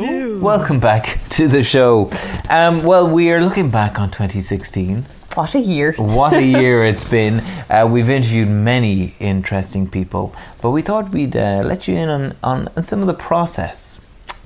welcome back to the show. Um, well, we are looking back on 2016. What a year. What a year it's been. Uh, we've interviewed many interesting people, but we thought we'd uh, let you in on, on, on some of the process.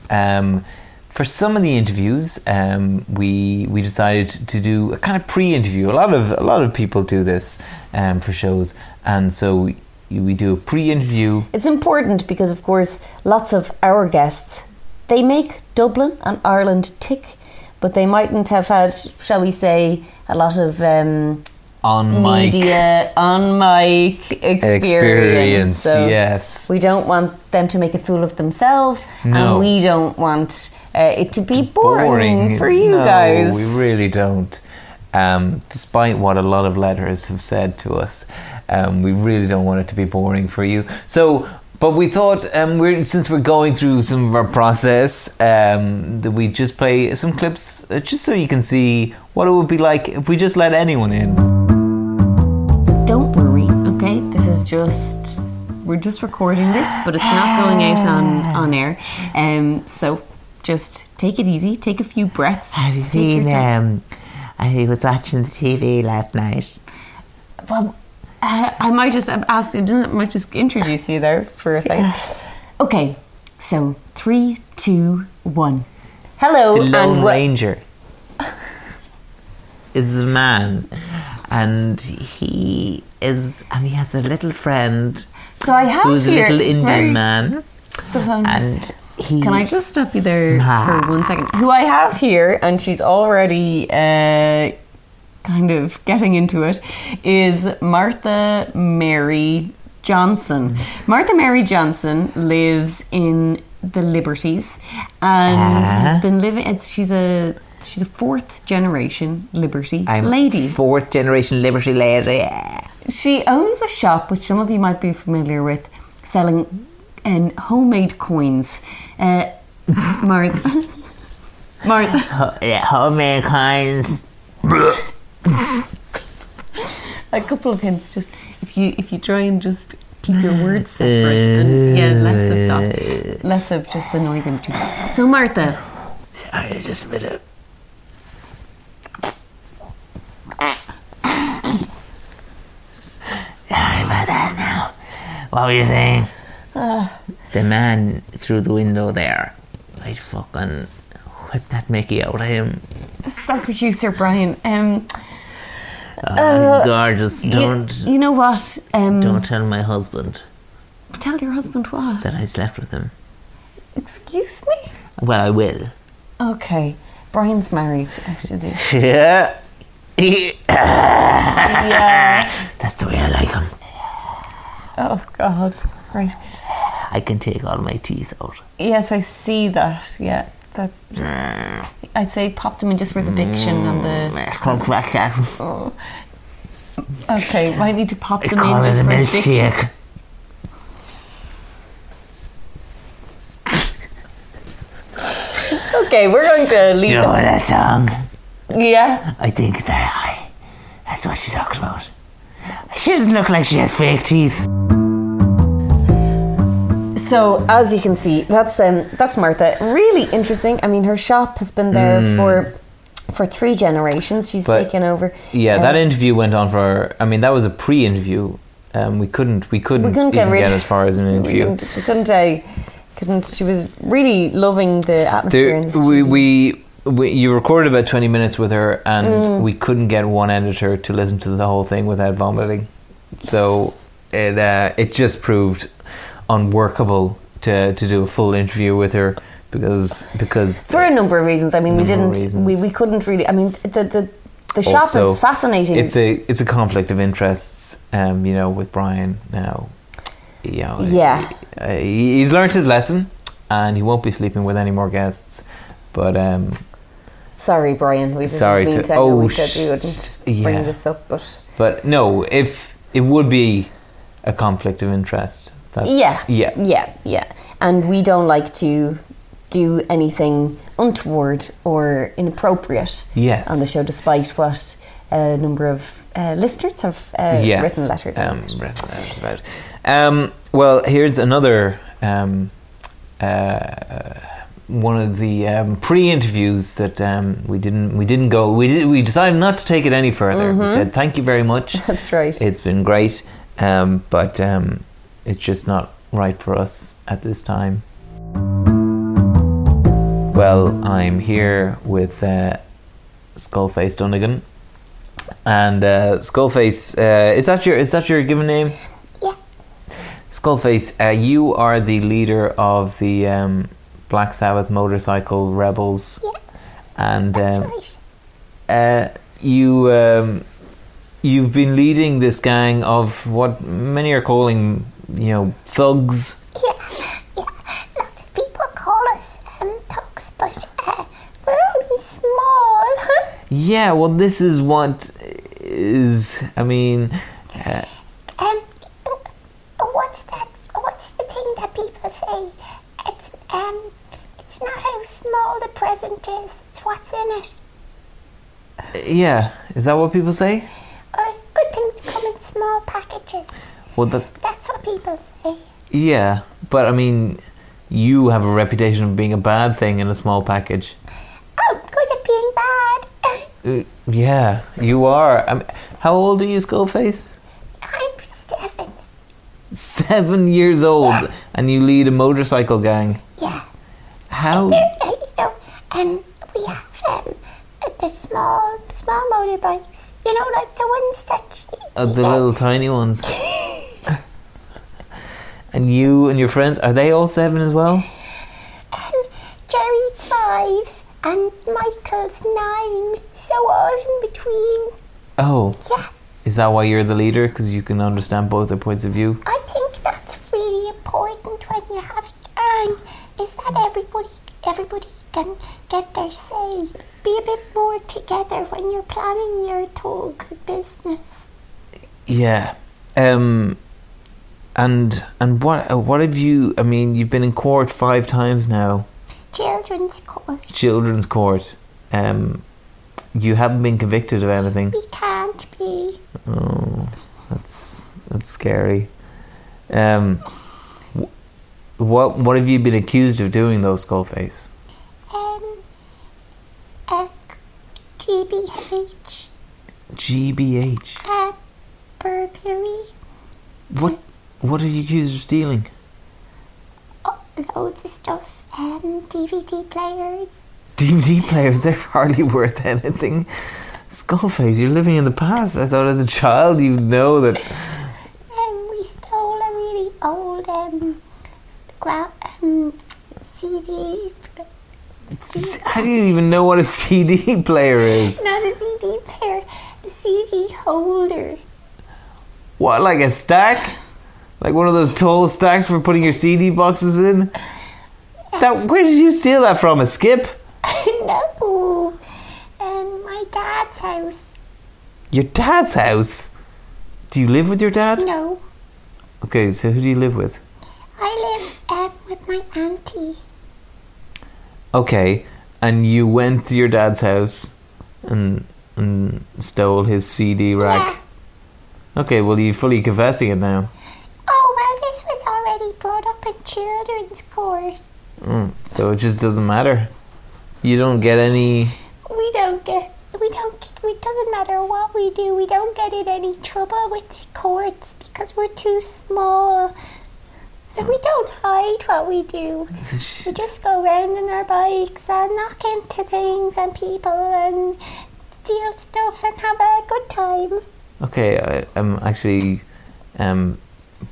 Um, for some of the interviews, um, we we decided to do a kind of pre-interview. A lot of a lot of people do this um, for shows, and so we, we do a pre-interview. It's important because, of course, lots of our guests they make Dublin and Ireland tick, but they mightn't have had, shall we say, a lot of um, On mic. media on mic experience. Experience, So yes. we don't want them to make a fool of themselves, No. and we don't want uh, it to be boring, boring for you no, guys. We really don't. Um, despite what a lot of letters have said to us, um, we really don't want it to be boring for you. So, but we thought um, we're since we're going through some of our process um, that we just play some clips uh, just so you can see what it would be like if we just let anyone in. Don't worry, okay? This is just we're just recording this, but it's not going out on on air. Um, so just take it easy, take a few breaths. Have you take your seen? time. Um, I was watching the TV last night. Well, uh, I might just ask. I didn't I might just introduce you there for a second. Okay, so three, two, one. Hello, The Lone and wel- Ranger Is a man, and he is, and he has a little friend so I have who's a here. little Indian very- man, and he. Can I just stop you there for one second? Who I have here, and she's already uh, kind of getting into it, is Martha Mary Johnson. Martha Mary Johnson lives in the Liberties and has been living. It's, she's a she's a fourth generation Liberty I'm lady. fourth generation Liberty lady. She owns a shop, which some of you might be familiar with, selling um, homemade coins. Uh, Martha. Martha. Ho- yeah, Homemade coins. A couple of hints, just if you if you try and just keep your words separate, and yeah, less of that, less of just the noise in between. So Martha, Sorry, just a minute. Sorry about that now. What were you saying? Ah. the man through the window there. I'd fucking whip that Mickey out of him. this is our producer Brian. Um, Oh, gorgeous. you- Don't you, know what? Um, don't tell my husband tell your husband what? that I slept with him. Excuse me. Well, I will. Okay, Brian's married actually. Yeah. yeah. That's the way I like him. Oh God. Right. I can take all my teeth out. Yes, I see that. Yeah, that. Just, I'd say pop them in just for the diction and Mm. the. Oh. Okay, might need to pop them in call it just a for the diction. milkshake. Okay, we're going to leave. You know that song? them. Yeah. I think that I, that's what she talks about. She doesn't look like she has fake teeth. So as you can see, that's um, that's Martha. Really interesting. I mean, her shop has been there for. For three generations, she's Hmm. But- taken over. Yeah, Um, that interview went on for. I mean, that was a pre-interview. Um, we couldn't. We couldn't, we couldn't get even rid of get as far as an We interview. couldn't, we couldn't, uh, couldn't. She was really loving the atmosphere. in the There, we, studio. we, we, you recorded about 20 minutes with her, and we couldn't get one editor to listen to the whole thing without vomiting. So it, uh, it just proved unworkable to, to do a full interview with her because, because for a number of reasons. I mean, we Number of didn't, we, reasons. we couldn't really. I mean, the the, the shop Also, is fascinating. it's a, it's a conflict of interests, um, you know, with Brian now. You know, Yeah. uh, he- he's learned his lesson, and he won't be sleeping with any more guests. But um, sorry, Brian. We didn't Sorry mean to- to. I know oh, we said we sh- wouldn't yeah. bring this up, but But no, if it would be a conflict of interest. That's, yeah, Yeah. yeah, yeah. And we don't like to do anything untoward or inappropriate Yes. on the show, despite what a number of uh, listeners have uh, yeah. written letters. Um, on. written letters about. Um, well, here's another um, uh, one of the um, pre-interviews that um, we didn't we didn't go we did, we decided not to take it any further. We said thank you very much. That's right. It's been great, um, but um, it's just not right for us at this time. Well, I'm here with uh, Skullface Dunnigan, and uh, Skullface uh, is that your is that your given name? Yeah. Skullface, uh, you are the leader of the um, Black Sabbath motorcycle rebels, Yeah. and That's um, right. uh, you um, you've been leading this gang of what many are calling you know thugs. Yeah, yeah. Lots of people call us um, thugs, but uh, we're only small. Yeah, well, this is what is. I mean, um, what's that? What's the thing that people say? It's um, it's not how small the present is; it's what's in it. yeah, is that what people say? Or good things come in small packages. Well, that That's what people say. yeah, but I mean, you have a reputation of being a bad thing in a small package. Oh, good at being bad. Uh, yeah, you are. I mean, how old are you, Skullface? I'm seven. Seven years old, and you lead a motorcycle gang. Yeah. How? There, uh, you know, um, we have um, uh, the small, small motorbikes. You know, like the ones that. You, Uh, the you know. little tiny ones. and you and your friends, are they all seven as well? Um, Jerry's five and Michael's nine, so I was in between. Oh, Yeah, is that why you're the leader? Because you can understand both their points of view? I think that's really important when you have a gang. Is that everybody, everybody can get their say. Be a bit more together when you're planning your talk business. Yeah. Um, and and what uh, what have you? I mean, you've been in court five times now, Children's court. children's court. Um, you haven't been convicted of anything. We can't be. Oh, that's that's scary. Um, wh- what what have you been accused of doing, though, Skullface? Um, uh, GBH, GBH. uh, burglary, What what are you accused of stealing? oh, loads of stuff, um, DVD players. DVD players, they're hardly worth anything. Skullface, you're living in the past. I thought as a child you'd know that. Um, we stole a really old, um, gra- um, CD. CD I didn't even know what a CD player is. not a CD player, a CD holder. What, like a stack? Like one of those tall stacks for putting your CD boxes in? That where did you steal that from? A skip? no! Um, my dad's house. Your dad's house? Do you live with your dad? No. Okay, so who do you live with? I live, um, with my auntie. Okay, and you went to your dad's house and and stole his CD rack. Okay, well you're fully confessing it now. Oh, well, this was already brought up in children's court. Mm, so it just doesn't matter. You don't get any. We don't get, we don't, get- it doesn't matter what we do, we don't get in any trouble with the courts because we're too small. So we don't hide what we do. We just go round on our bikes and knock into things and people and steal stuff and have a good time. Okay, I, I'm actually. Um,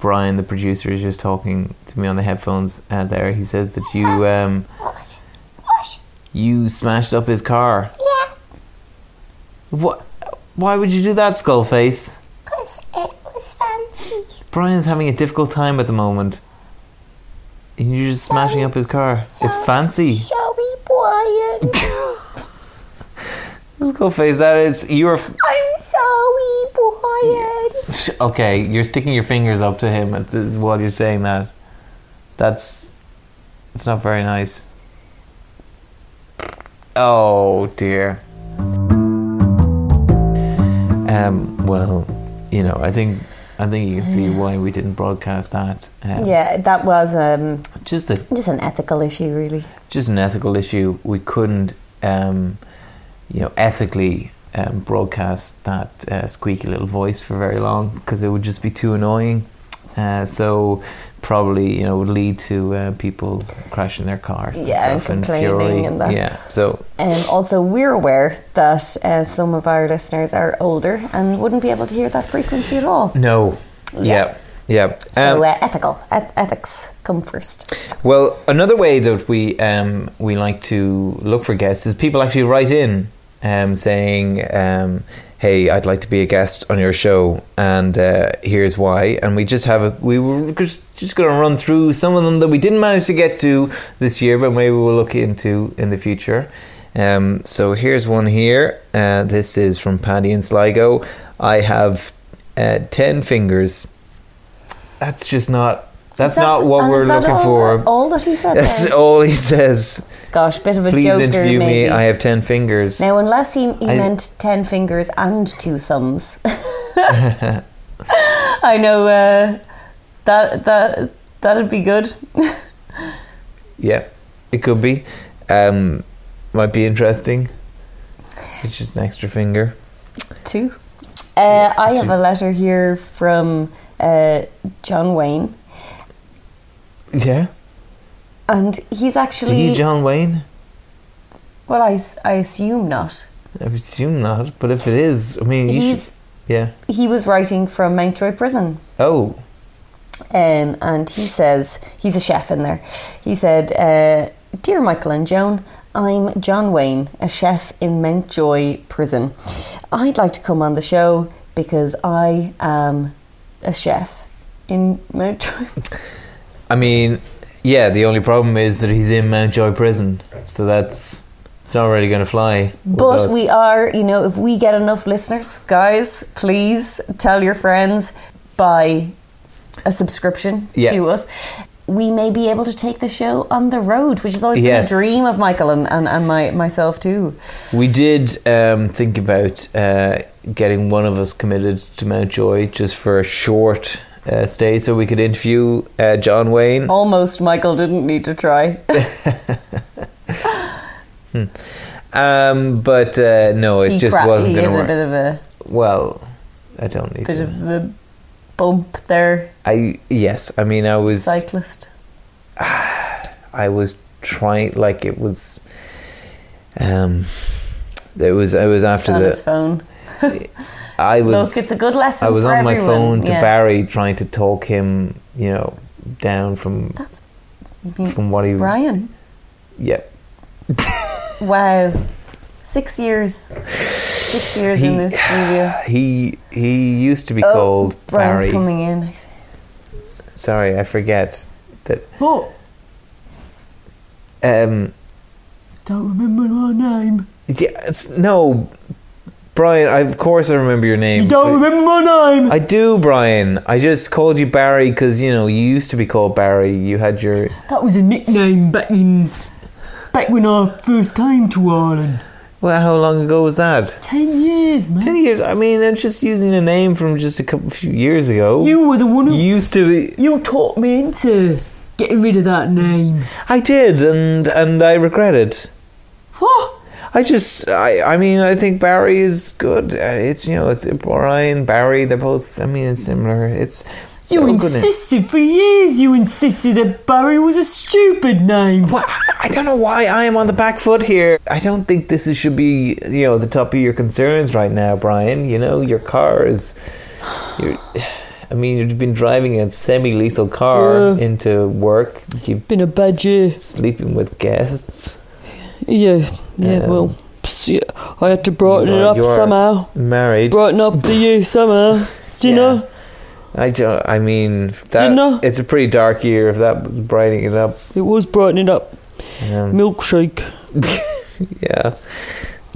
Brian, the producer, is just talking to me on the headphones. Uh, there, he says that you um, What? What? you smashed up his car. Yeah, What? Why would you do that, Skullface? 'cause it was fancy. Brian's having a difficult time at the moment. And you're just smashing up his car. It's So- fancy. Showy Brian. Skullface, that is. You're. I'm sorry, Brian. Okay, you're sticking your fingers up to him at the, while you're saying that. That's. It's not very nice. Oh dear. Um, well, you know, I think I think you can see why we didn't broadcast that. Um, Yeah, that was um, Just a just an ethical issue, really. just an ethical issue. We couldn't, um, you know, ethically um, broadcast that uh, squeaky little voice for very long because it would just be too annoying. Uh, so probably you know would lead to uh, people crashing their cars and Yeah, and stuff and complaining fury. and that. Yeah, so And also, we're aware that uh, some of our listeners are older and wouldn't be able to hear that frequency at all. no, Yeah. yeah, yeah. So Um, uh, ethical, eth- ethics come first. Well, another way that we um, we like to look for guests is people actually write in um, saying, um, "Hey, I'd like to be a guest on your show, and uh, here's why." And we just have a we were just just going to run through some of them that we didn't manage to get to this year, but maybe we'll look into in the future. Um, so here's one here. Uh, this is from Paddy in Sligo. I have uh, ten fingers. That's just not. That's Is that- not what and we're is that looking all- for. All that he said. That's there? all he says. Gosh, bit of a Please joker. interview maybe. me. I have ten fingers. now, unless he, he I- meant ten fingers and two thumbs. I know uh, that that that'd be good. Yeah, it could be. Um, might be interesting. It's just an extra finger. Two. Uh, I have two. a letter here from uh, John Wayne, Yeah. and he's Did actually he John Wayne? well. I, s- I assume not. I would assume not. But if it is, I mean, you He's should. Yeah. he was writing from Mountjoy Prison. Oh, Um, and he says, he's a chef in there. He said, uh, Dear Michael and Joan, I'm John Wayne, a chef in Mountjoy Prison. I'd like to come on the show because I am a chef in Mountjoy. I mean, yeah. The only problem is that he's in Mountjoy Prison, so that's it's not really going to fly. with But us. we are, you know, if we get enough listeners, guys, please tell your friends, buy a subscription Yeah. to us. We may be able to take the show on the road, which is always Yes. been a dream of Michael and, and, and my, myself too. We did um, think about uh, getting one of us committed to Mountjoy just for a short uh, stay so we could interview uh, John Wayne. Almost Michael didn't need to try. Um, but uh, no, it he just cra- wasn't he had going to a work. bit of a Well, I don't need bit to. of a bump there, I yes, I mean I was cyclist. I was trying like it was um it was I was after on his the phone. I was Look, it's a good lesson. I was for on my everyone. phone to Yeah. Barry trying to talk him, you know, down from That's- from what he was Brian. yeah. Wow. Six years. Six years in He- this studio. He he used to be Oh, called Brian's Barry. coming in. Sorry, I forget. Oh, Um, don't remember my name. yeah, it's- no, Brian. I, of course, I remember your name. You don't but- remember my name. I do, Brian. I just called you Barry because you know you used to be called Barry. You had your That was a nickname back in back when I first came to Ireland. well. How long ago was that? Ten years, man. Ten years. I mean, I'm just using a name from just a couple few years ago. You were the one You who used to be. you taught me into getting rid of that name. I did, and and I regret it. What? I just, I, I mean, I think Barry is good. Uh, It's you know, it's Brian, Barry. They're both. I mean, it's similar. It's oh, You they're all good names. insisted for years. You insisted that Barry was a stupid name. Well, I- I don't know why I am on the back foot here. I don't think this is, should be, you know, the top of your concerns right now, Brian. You know, your car is. You're, I mean, you've been driving a semi-lethal car Yeah. into work. You've Been a bad year. sleeping with guests. Yeah, yeah. Um, well, pss, yeah, I had to brighten it Well, up you are- somehow. Married. Brighten up the year somehow. Do you Yeah. know? I don't. I mean, that. know? It's a pretty dark year. If that was brightening it up. It was brightening up. Um, Milkshake. Yeah.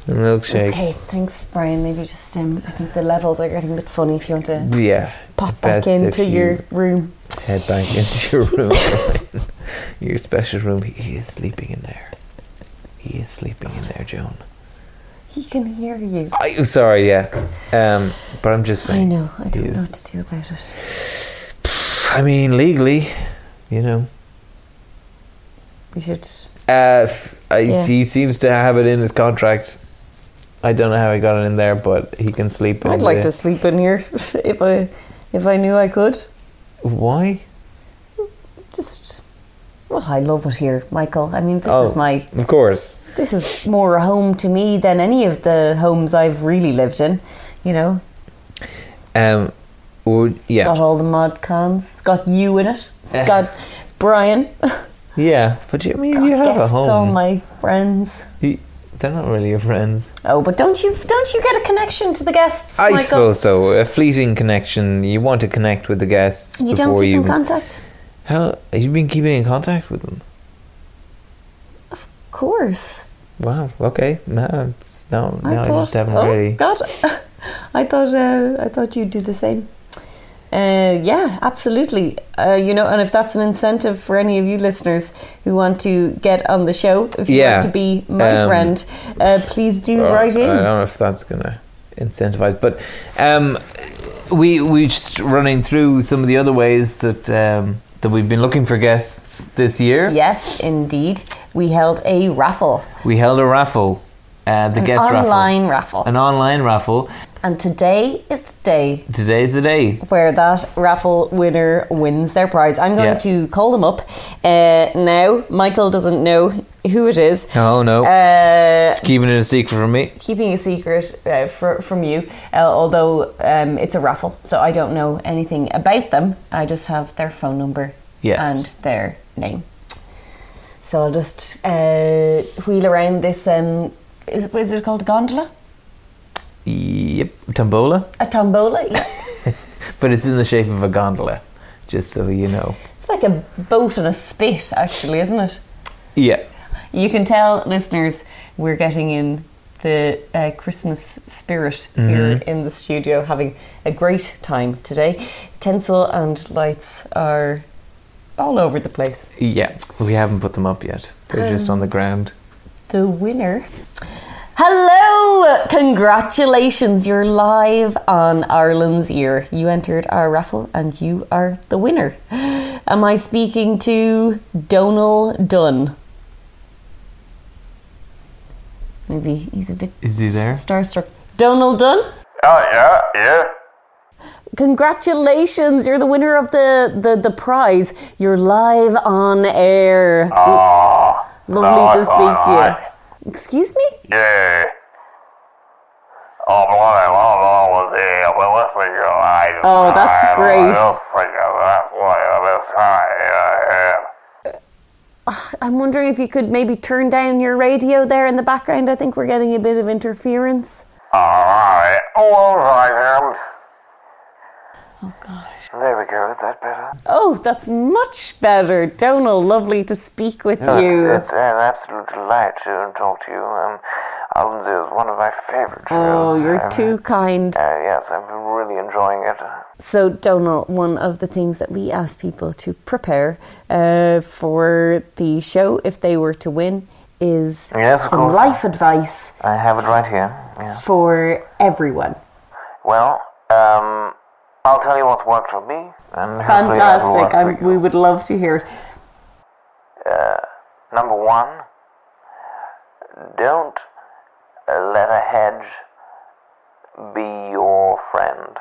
The milkshake. Okay, thanks, Brian. Maybe just um, I think the levels are getting a bit funny. If you want to Yeah. pop Best back into if you- your room, Head back into your room. Brian. your special room. He is sleeping in there. He is sleeping in there, Joan. He can hear you. I, oh, sorry, yeah. Um, but I'm just I saying. know. I don't know Yes. what to do about it. I mean, legally, you know. We should. Uh, f- I, Yeah. He seems to have it in his contract. I don't know how he got it in there, but he can sleep. I'd in like the- to sleep in here if I if I knew I could. Why? Just. Well, I love it here, Michael. I mean, this Oh. is my Of course. this is more a home to me than any of the homes I've really lived in. You know, Um. Would, yeah. got all the mod cons. It's got you in it. It's got Brian. Yeah. But you, I mean, you have a guests, home. all my friends. You- they're not really your friends. Oh, but don't you don't you get a connection to the guests? I Michael? suppose so. A fleeting connection. You want to connect with the guests you before don't keep you. in contact. How have you been keeping in contact with them? Of course, Wow. Okay. No. it's- No. I no. I, thought. just haven't oh really. God, I thought uh, I thought you'd do the same. Uh, yeah, absolutely. Uh, you know, and if that's an incentive for any of you listeners who want to get on the show, if you Yeah, want to be my um, uh, friend, uh, please do Or- write in. I don't know if that's gonna incentivize, but um, we we just running through some of the other ways that um, that we've been looking for guests this year. Yes, indeed. We held a raffle, We held a raffle, uh, the an guest raffle, online raffle. an online raffle. And today is the day Today's the day. where that raffle winner wins their prize. I'm going Yeah. to call them up uh, now. Michael doesn't know who it is. Oh no, Uh, keeping it a secret from me. keeping a secret uh, fr from you, uh, although um, it's a raffle, so I don't know anything about them. I just have their phone number Yes. and their name. So I'll just uh, wheel around this. Um, is, is it called a gondola? Yep, tombola, A tombola? Yeah. but it's in the shape of a gondola, just so you know. it's like a boat and a spit, actually, isn't it? Yeah. You can tell, listeners, we're getting in the uh, Christmas spirit here in the studio, having a great time today. Tinsel and lights are all over the place. Yeah, we haven't put them up yet. They're just on the ground. The winner. Hello! Congratulations, you're live on Ireland's Year. You entered our raffle and you are the winner. Am I speaking to Donal Dunn? Maybe he's a bit Is he there? starstruck. Donald Dunn, Oh, yeah, yeah. congratulations! You're the winner of the the, the prize. You're live on air. Oh, Lovely to live speak on to air. you. Excuse me? yeah. Oh, bloody love all of the listening to I Oh, that's great. uh, I'm wondering if you could maybe turn down your radio there in the background. I think we're getting a bit of interference. Alright, uh, all right. Oh, gosh. There we go, is that better? Oh, that's much better, Donal. Lovely to speak with No, you. It's, it's an absolute delight to talk to you. Um, Islands is one of my favorite shows. Oh, you're Um, too kind. Uh, yes, I've been really enjoying it. So, Donal, one of the things that we ask people to prepare uh, for the show, if they were to win, is Yes, of some course. life advice I have it right here. Yes. for everyone. Well, um, I'll tell you what's worked for me. And hopefully that'll Fantastic. work for I'm, you. we would love to hear it. Number one, don't uh, let a hedge be your friend.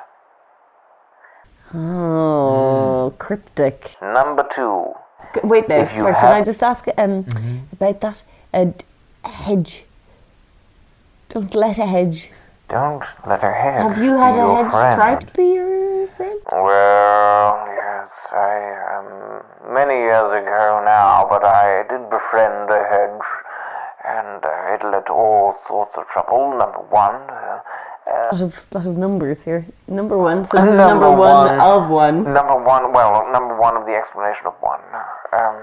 Mm. Oh, cryptic. Number two, C- Wait now, If you sorry, have- can I just ask um, about that? A d- hedge. Don't let a hedge. don't let a hedge Have you had be a your hedge friend. try to be your friend? Well, yes, I um, many years ago now, but I did befriend a hedge, and uh, it led to all sorts of trouble. Number one, uh, A uh, lot of, lot of numbers here. Number one. So this is Number number one, one. of one. number one, well, number one of the explanation of one. Um,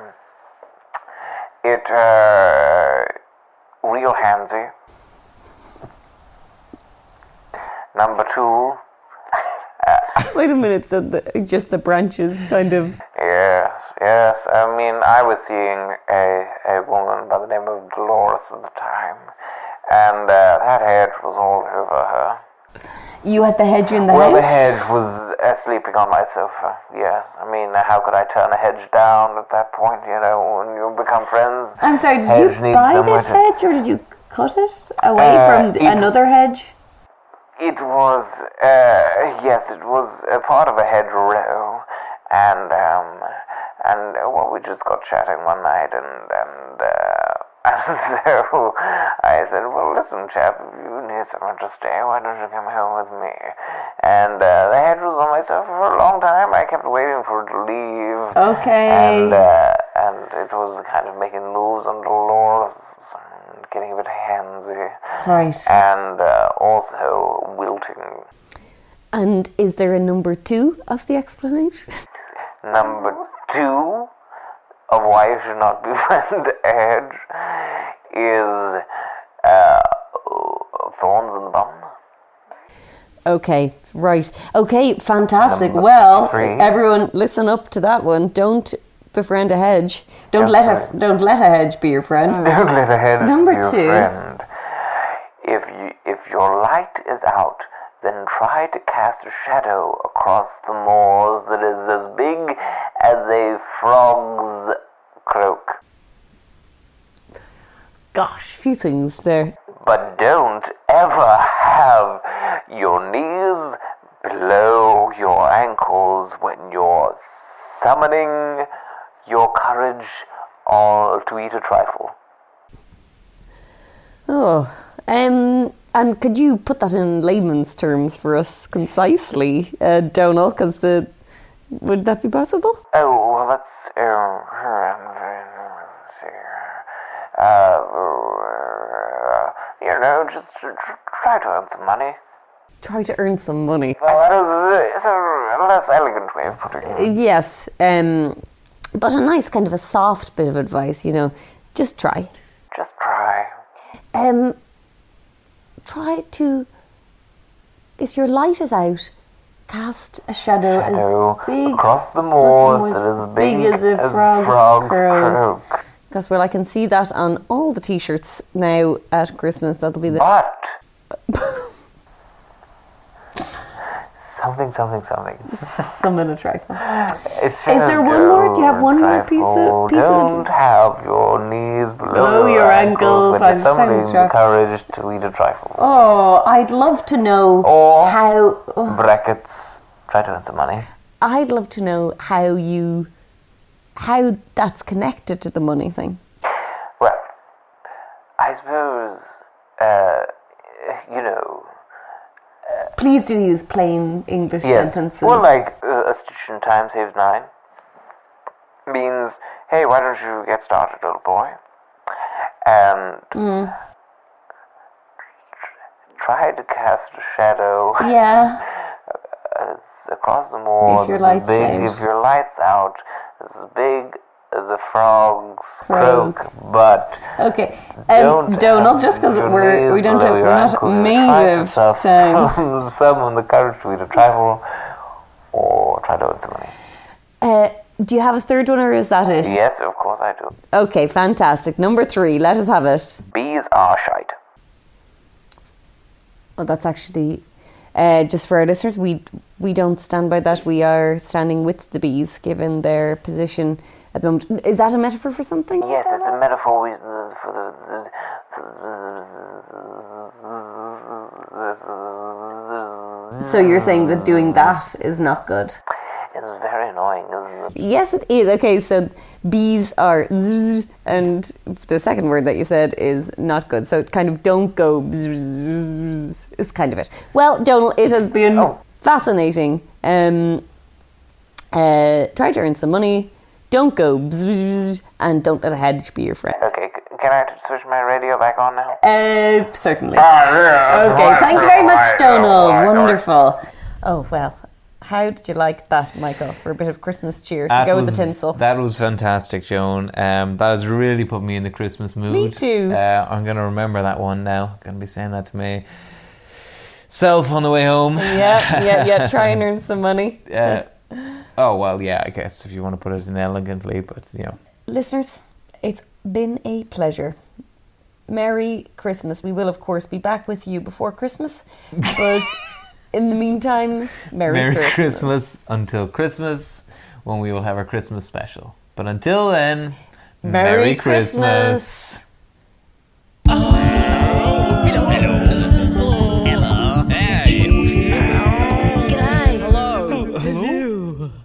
it uh, real handsy. Number two, uh, Wait a minute, so the, just the branches kind of. Yes, yes. I mean, I was seeing a, a woman by the name of Dolores at the time, and uh, that hedge was all over her. You had the hedge in the Well, house. the hedge was uh, sleeping on my sofa. Yes, I mean, how could I turn a hedge down at that point? You know, when you become friends. I'm sorry. Did hedge you needs buy somewhere this to- hedge or did you cut it away Uh, from the, it- another hedge? It was, uh, yes, it was a part of a hedgerow, and um, and uh, well, we just got chatting one night, and and uh, and so I said, well, listen, chap, if you need somewhere to stay, why don't you come home with me? And uh, the hedge was on myself for a long time. I kept waiting for it to leave. Okay. And uh, and it was kind of making moves on Dolores, and getting a bit handsy Right. and uh, also wilting. And is there a number two of the explanation? Number two of why you should not befriend Edge is uh, thorns in the bum. Okay, right. Okay, fantastic. well, three. everyone, listen up to that one. Don't befriend a hedge. Don't let a don't let a hedge be your friend. Don't let a hedge Number be your two. friend. If you if your light is out, then try to cast a shadow across the moors that is as big as a frog's cloak. Gosh, few things there. but don't ever have your knees below your ankles when you're summoning your courage all to eat a trifle. Oh, um, and could you put that in layman's terms for us concisely, uh, Donal? Because the would that be possible? Oh, well, that's. Um, let's see. Uh, you know, just tr- tr- try to earn some money. Try to earn some money. Well, that is it's a less elegant way of putting Uh, it. Yes, um, but a nice kind of a soft bit of advice, you know. Just try. Just try. um, try to, if your light is out, cast a shadow, Shadow as big. across the moors moors, that is big as a frog's croak. croak. Because, well, I can see that on all the t shirts now at Christmas. That'll be the. But something, something, something. Something a trifle. Is there one more? Do you have one more piece of- piece of- Don't have your knees below, Below your ankles when by you're the sound of summoning the traffic. courage to eat a trifle. Oh, I'd love to know Or- how. oh, Brackets. Try to earn some money. I'd love to know how you. How that's connected to the money thing. Well, I suppose, uh, you know, Please do use plain English Yes. sentences. Well, like uh, a stitch in time saves nine means, hey, why don't you get started, little boy? And Mm. tr- try to cast a shadow yeah. across the moor. If your that's as light's big, out. If your light's out, it's as big as a frog's Frog. croak, but Okay. don't Um, Donal, have just because your we're knees we don't below have we're your not ankles. made of Try to time. summon- Summon the courage to eat a trifle, or try to earn some money. Uh, do you have a third one, or is that it? Yes, of course I do. Okay, fantastic. Number three. Let us have it. Bees are shite. Oh, that's actually uh, just for our listeners. We we don't stand by that. We are standing with the bees, given their position at the moment. Is that a metaphor for something? Yes, it's a metaphor we, for the. for the- So you're saying that doing that is not good. It's very annoying, isn't it? Yes, it is. Okay, so bees are zzzz, and the second word that you said is not good. So kind of don't go zzzz is kind of it. Well, Donald, it has been fascinating. Um, uh, try to earn some money. Don't go bzzz, and don't let a hedge be your friend. Okay, c- can I switch my radio back on now? Uh, certainly. Okay, thank you very much, Donald. Wonderful. Oh, well. How did you like that, Michael, for a bit of Christmas cheer to That go with was- the tinsel? That was fantastic, Joan. Um, that has really put me in the Christmas mood. too. Uh, I'm going to remember that one now. Going to be saying that to me self on the way home. yeah, yeah, yeah. Try and earn some money. Uh, oh well, yeah. I guess if you want to put it inelegantly, but you know, Listeners, it's been a pleasure. Merry Christmas. We will, of course, be back with you before Christmas, but in the meantime, Merry, Merry Christmas. Christmas. until Christmas when we will have our Christmas special. But until then, Merry Christmas.